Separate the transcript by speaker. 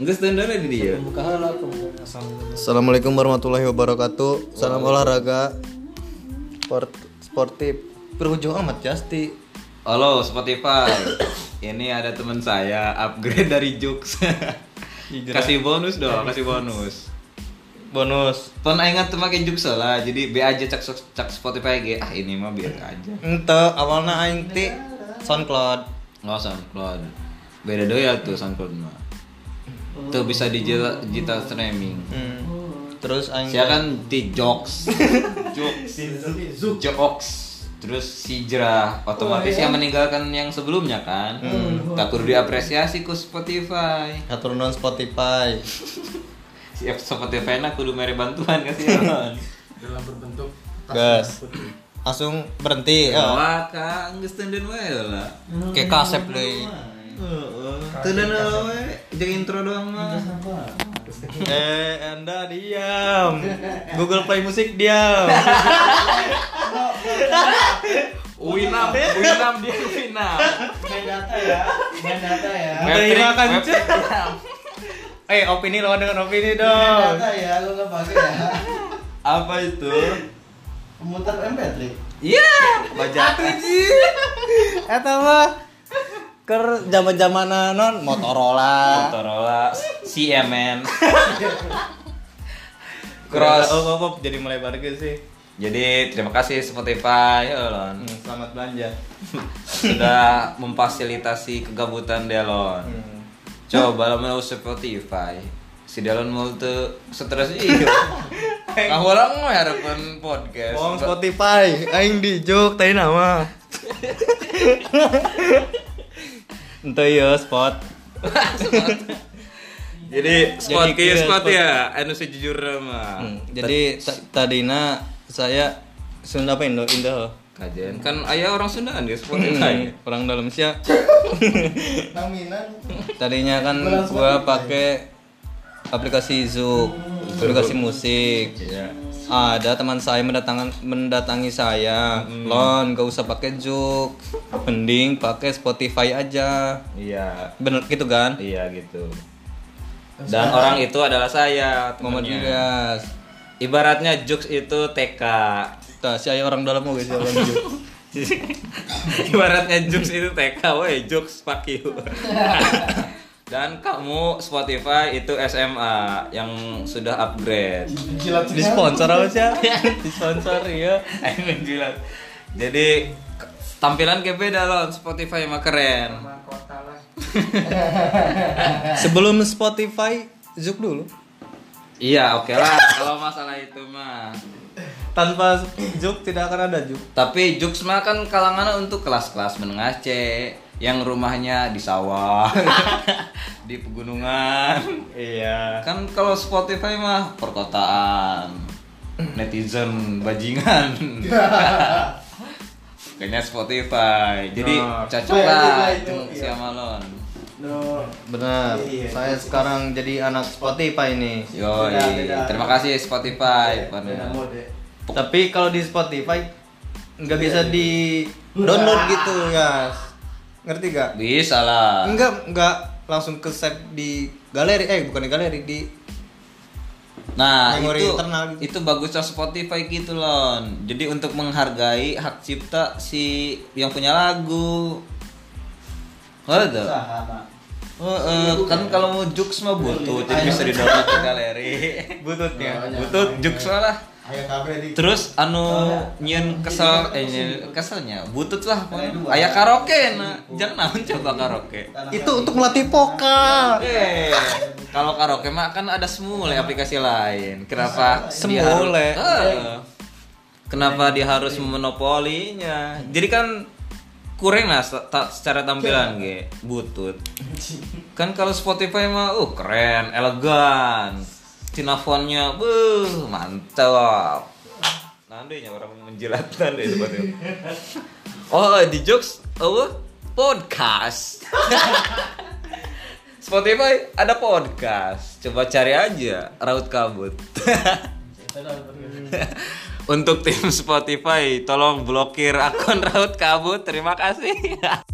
Speaker 1: Enggak standar di dia.
Speaker 2: Muka heula Assalamualaikum.
Speaker 3: Assalamualaikum warahmatullahi wabarakatuh. Salam olahraga. Sport sportif. Berujung amat Jasti.
Speaker 1: Halo Spotify. Ini ada teman saya upgrade dari Jux. kasih bonus dong, kasih bonus.
Speaker 3: Bonus.
Speaker 1: Pon aing tuh make Jux lah. Jadi be aja cak cak Spotify ge. Ah ini mah biar aja.
Speaker 3: Ente awalnya aing ti SoundCloud.
Speaker 1: Oh SoundCloud. Beda doya tuh SoundCloud mah. Tuh bisa digital, digital streaming.
Speaker 3: Hmm. Terus aing
Speaker 1: Saya kan di Jokes. Jokes. Jokes. Terus si jerah otomatis
Speaker 3: Oh, iya.
Speaker 1: yang meninggalkan yang sebelumnya kan.
Speaker 3: Hmm.
Speaker 1: Tak perlu diapresiasi ku Spotify.
Speaker 3: Hatur non Spotify.
Speaker 1: Si F- Spotify na kudu mere bantuan kasihan.
Speaker 2: Dalam berbentuk
Speaker 3: Gas. Langsung berhenti. Ya.
Speaker 1: Wah, Kak, geus tendeun wae lah.
Speaker 3: Kayak kasep deui.
Speaker 1: Tendeun wae, jeung intro doang mah.
Speaker 3: Eh, Anda diam. Google Play Music diam.
Speaker 1: Winam, Winam dia Winam.
Speaker 2: Main data ya. Main data ya.
Speaker 3: Terima
Speaker 1: Web trick,
Speaker 3: kasih.
Speaker 1: web trick Winam.
Speaker 3: Eh, opini lawan dengan opini
Speaker 2: Main
Speaker 3: dong.
Speaker 2: data ya, lu enggak pakai ya.
Speaker 1: Apa itu?
Speaker 2: Pemutar MP3.
Speaker 1: Iya, bajakan.
Speaker 3: Eta mah ker zaman zamanan non Motorola.
Speaker 1: Motorola, CMN, Cross.
Speaker 3: Oh, oh, oh, jadi melebar ke sih.
Speaker 1: Jadi terima kasih Spotify ya Elon
Speaker 3: Hmm, selamat belanja.
Speaker 1: sudah memfasilitasi kegabutan Delon.
Speaker 3: Hmm.
Speaker 1: Coba lo mau Spotify. Si Delon mau tuh stres iya. Aku orang mau harapan podcast.
Speaker 3: Wong Spotify, aing di jok tadi nama. Ente ya spot.
Speaker 1: Jadi spot
Speaker 3: Jadi,
Speaker 1: kieu
Speaker 3: iya,
Speaker 1: spot
Speaker 3: spot.
Speaker 1: ya, anu sejujur mah.
Speaker 3: Hmm, jadi ta- tadina saya Sunda Pendo Indah.
Speaker 1: kajian kan ayah orang Sundaan guys ya,
Speaker 3: Hmm,
Speaker 1: Spotify.
Speaker 3: orang dalam sia.
Speaker 2: Naminan
Speaker 3: Tadinya kan gua pakai aplikasi Zoom, aplikasi musik.
Speaker 1: Iya.
Speaker 3: Ada teman saya mendatangkan mendatangi saya, Lon, gak usah pakai Zoom, mending pakai Spotify aja.
Speaker 1: Iya.
Speaker 3: Bener gitu kan?
Speaker 1: Iya gitu. Dan orang itu adalah saya,
Speaker 3: Muhammad
Speaker 1: temannya.
Speaker 3: Ilyas.
Speaker 1: Ibaratnya Jux itu TK.
Speaker 3: Tah, si ayah orang dalam oge si orang Zoom.
Speaker 1: Ibaratnya Jux itu TK, woi Jux fuck you. Dan kamu Spotify itu SMA yang sudah upgrade.
Speaker 2: jilat
Speaker 3: Di sponsor apa sih?
Speaker 1: Eh.
Speaker 3: Di sponsor ya.
Speaker 1: Ayo menjilat. Jadi k- tampilan kayak beda loh Spotify mah keren.
Speaker 2: kota lah.
Speaker 3: Sebelum Spotify, Zoom dulu.
Speaker 1: Iya oke lah kalau masalah itu mah.
Speaker 3: Tanpa Zoom tidak akan ada Zoom.
Speaker 1: Tapi Jux mah kan kalangan untuk kelas-kelas menengah C yang rumahnya di sawah, di pegunungan.
Speaker 3: Iya.
Speaker 1: Kan kalau Spotify mah perkotaan, netizen bajingan. Kayaknya Spotify. Jadi
Speaker 3: Nah.
Speaker 1: cocok lah
Speaker 2: Baik, baik,
Speaker 1: Jung
Speaker 2: iya.
Speaker 1: sama Lon.
Speaker 2: No.
Speaker 3: Benar.
Speaker 2: Iya.
Speaker 3: Saya sekarang jadi anak Spotify ini.
Speaker 1: Yoi,
Speaker 2: Beda, beda. Iya,
Speaker 1: terima kasih Spotify. Pan.
Speaker 2: Beda mode.
Speaker 3: Tapi kalau di Spotify nggak bisa di download gitu, guys. Ngerti gak?
Speaker 1: Bisa lah.
Speaker 3: Enggak, enggak langsung ke save di galeri. Eh, bukan di galeri di
Speaker 1: Nah,
Speaker 3: Memori
Speaker 1: itu
Speaker 3: internal gitu.
Speaker 1: itu bagusnya Spotify gitu loh. Jadi untuk menghargai hak cipta si yang punya lagu. Ada.
Speaker 2: Usaha, Pak. ya?
Speaker 1: kan kalau mau jux
Speaker 2: Iya,
Speaker 1: mah butuh, jadi bisa didownload ke galeri.
Speaker 2: ya?
Speaker 1: Bututnya, butut jux mah lah.
Speaker 2: Ayo kabeh di
Speaker 1: Terus
Speaker 2: Oh,
Speaker 1: anu
Speaker 2: ya.
Speaker 1: nyen kesel eh nyeun keselnya butut lah pokoknya. Aya karaoke na. Jangan naon coba karaoke.
Speaker 3: itu untuk melatih vokal.
Speaker 1: Eh, kalau karaoke mah kan ada semule aplikasi lain. Kenapa
Speaker 3: Semule.
Speaker 1: dia harus- Eh, kenapa dia harus memonopolinya? Jadi kan kurang lah se- ta- secara tampilan ge butut. Kan kalau Spotify mah uh keren, elegan. Tina fontnya beuh mantap. Nandainya orang menjilat nandai Spotify. Oh, di jokes apa? Podcast. Spotify ada podcast. Coba cari aja Raut Kabut. Untuk tim Spotify, tolong blokir akun Raut Kabut. Terima kasih.